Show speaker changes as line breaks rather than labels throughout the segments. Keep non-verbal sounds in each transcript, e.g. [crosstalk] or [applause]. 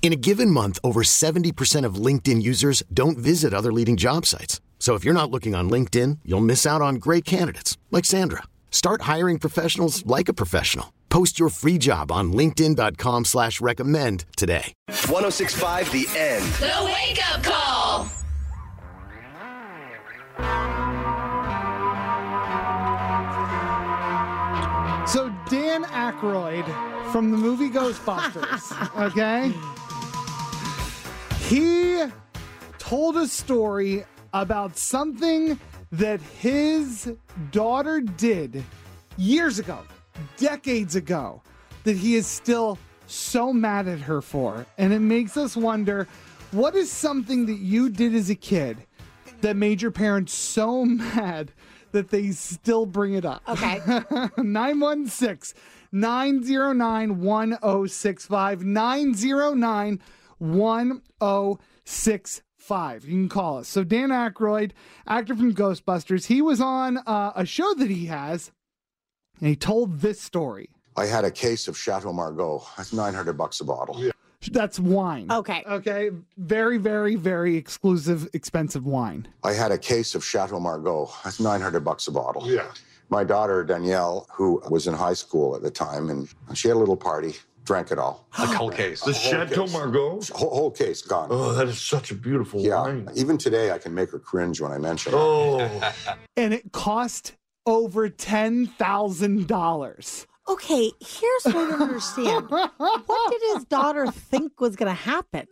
In a given month, over 70% of LinkedIn users don't visit other leading job sites. So if you're not looking on LinkedIn, you'll miss out on great candidates like Sandra. Start hiring professionals like a professional. Post your free job on linkedin.com slash recommend today.
1065 The End.
The Wake Up Call.
So Dan Aykroyd from the movie Ghostbusters, okay? He told a story about something that his daughter did years ago, decades ago, that he is still so mad at her for. And it makes us wonder what is something that you did as a kid that made your parents so [laughs] mad that they still bring it up? [laughs]
Okay.
916 909 1065 909 1065. You can call us. So, Dan Aykroyd, actor from Ghostbusters, he was on uh, a show that he has, and he told this story.
I had a case of Chateau Margaux. That's 900 bucks a bottle.
That's wine.
Okay.
Okay. Very, very, very exclusive, expensive wine.
I had a case of Chateau Margaux. That's 900 bucks a bottle.
Yeah.
My daughter, Danielle, who was in high school at the time, and she had a little party, drank it all.
The whole case. The
whole
Chateau
case.
Margaux.
Whole, whole case gone.
Oh, that is such a beautiful
yeah.
wine.
Even today, I can make her cringe when I mention it.
Oh,
And it cost over
[laughs]
$10,000.
Okay, here's what I don't understand. what did
[laughs]
his daughter think was going to happen?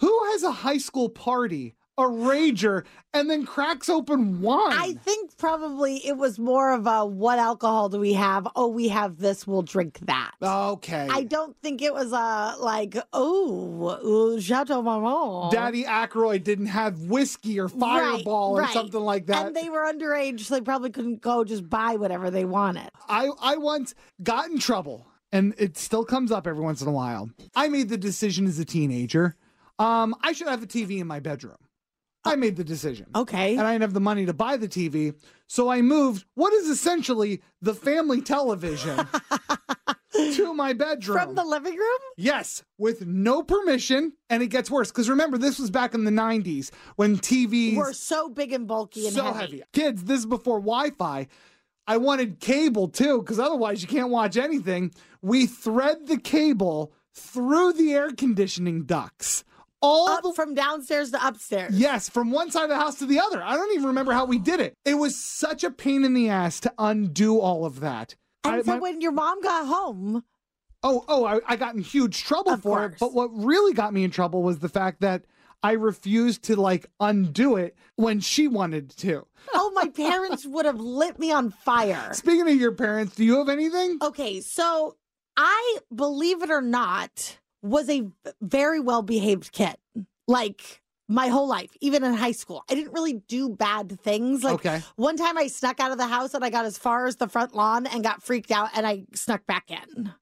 Who has a high school party, a rager, and then cracks open wine?
I think probably it was more of a what alcohol do we have? Oh, we have this, we'll drink that.
okay.
I don't think it was a like, oh, ooh, Chateau Marron.
Daddy Aykroyd didn't have whiskey or fireball or
right.
something like that.
And they were underage, so they probably couldn't go just buy whatever they wanted.
I, I once got in trouble, and it still comes up every once in a while. I made the decision as a teenager. Um, I should have a TV in my bedroom. I made the decision.
Oh, Okay.
And I didn't have the money to buy the TV. So I moved what is essentially the family television
[laughs]
to my bedroom.
From the living room?
Yes, with no permission, and it gets worse. Because remember, this was back in the 90s when TVs
We're so big and bulky and
so heavy. Kids, this is before Wi Fi. I wanted cable too, because otherwise you can't watch anything. We thread the cable through the air conditioning ducts. All
Up
the
from downstairs to upstairs.
Yes, from one side of the house to the other. I don't even remember how we did it. It was such a pain in the ass to undo all of that. I-
And so
my-
when your mom got home,
Oh, oh, I, I got in huge trouble
Of
for it.
course.
But what really got me in trouble was the fact that I refused to like undo it when she wanted to.
oh, my parents would have lit me on fire.
Speaking of your parents, do you have anything?
Okay, so I, believe it or not, was a very well behaved kid. Like my whole life, even in high school, I didn't really do bad things. Like [laughs]
okay.
one time I snuck out of the house and I got as far as the front lawn and got freaked out and I snuck back in.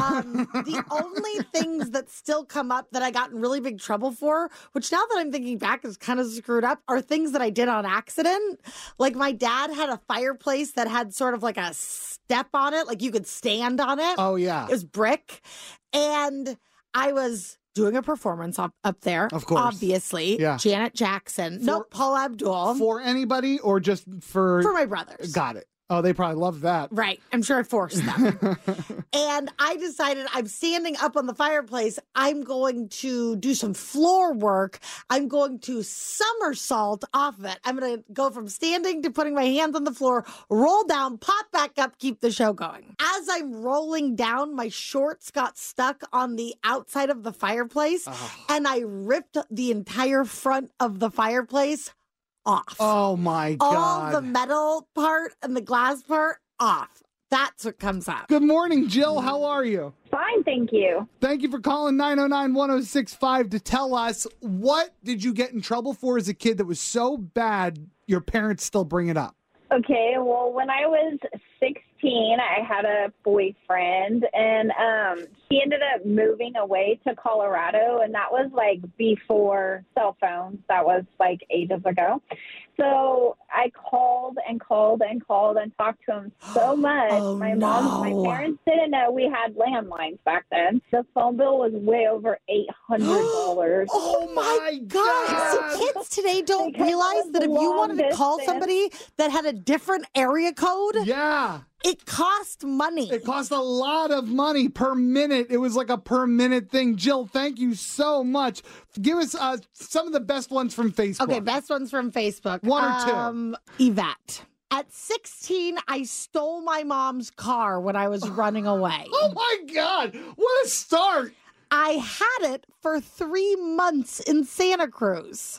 Um,
[laughs]
the only things that still come up that I got in really big trouble for, which now that I'm thinking back is kind of screwed up, are things that I did on accident. Like my dad had a fireplace that had sort of like a step on it, like you could stand on it.
Oh yeah.
It was brick. And I was doing a performance up, up there.
Of course.
Obviously.
Yeah.
Janet Jackson. no,
For-
Paul Abdul.
For anybody or just for,
for my brothers.
Got it. Oh, they probably love that.
Right. I'm sure I forced them. [laughs] and I decided I'm standing up on the fireplace. I'm going to do some floor work. I'm going to somersault off of it. I'm going to go from standing to putting my hands on the floor, roll down, pop back up, keep the show going. As I'm rolling down, my shorts got stuck on the outside of the fireplace and I ripped the entire front of the fireplace off
[laughs] Oh my
all
god.
the metal part and the glass part off. That's what comes up.
Good morning, Jill. How are you?
Fine, thank you.
Thank you for calling 909-1065 to tell us what did you get in trouble for as a kid that was so bad your parents still bring it up.
Okay, well, when I was 16, I had a boyfriend, and um, he ended up moving away to Colorado, and that was like before cell phones. That was like ages ago. So I called and called and called and talked to him so much.
[gasps] Oh,
my mom,
no.
my parents didn't know we had landlines back then. The phone bill was way over eight hundred dollars.
[gasps]
[gasps]
Oh my God. So kids today don't
Because
realize
of
that if
the
you
long
wanted to call
distance.
somebody that had a different area code,
Yeah.
it cost money.
It cost a lot of money per minute. It was like a per minute thing. Jill, thank you so much. Give us uh, some of the best ones from Facebook.
Okay, best ones from Facebook.
One or two.
two. Yvette. At 16, I stole my mom's car when I was
[gasps]
running away.
Oh my God. What a start.
I had it for three months in Santa Cruz.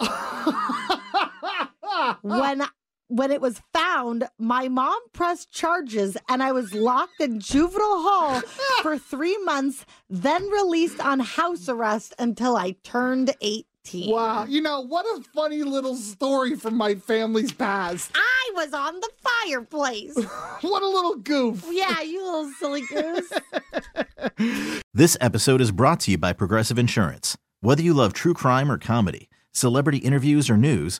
Oh.
when when it was found, my mom pressed charges and I was locked in juvenile hall for three months, then released on house arrest until I turned
[laughs]
18.
wow. You know, what a funny little story from my family's past. [laughs]
I was on the fireplace.
What a little goof.
yeah, you little silly goose.
This episode is brought to you by Progressive Insurance. Whether you love true crime or comedy, celebrity interviews or news,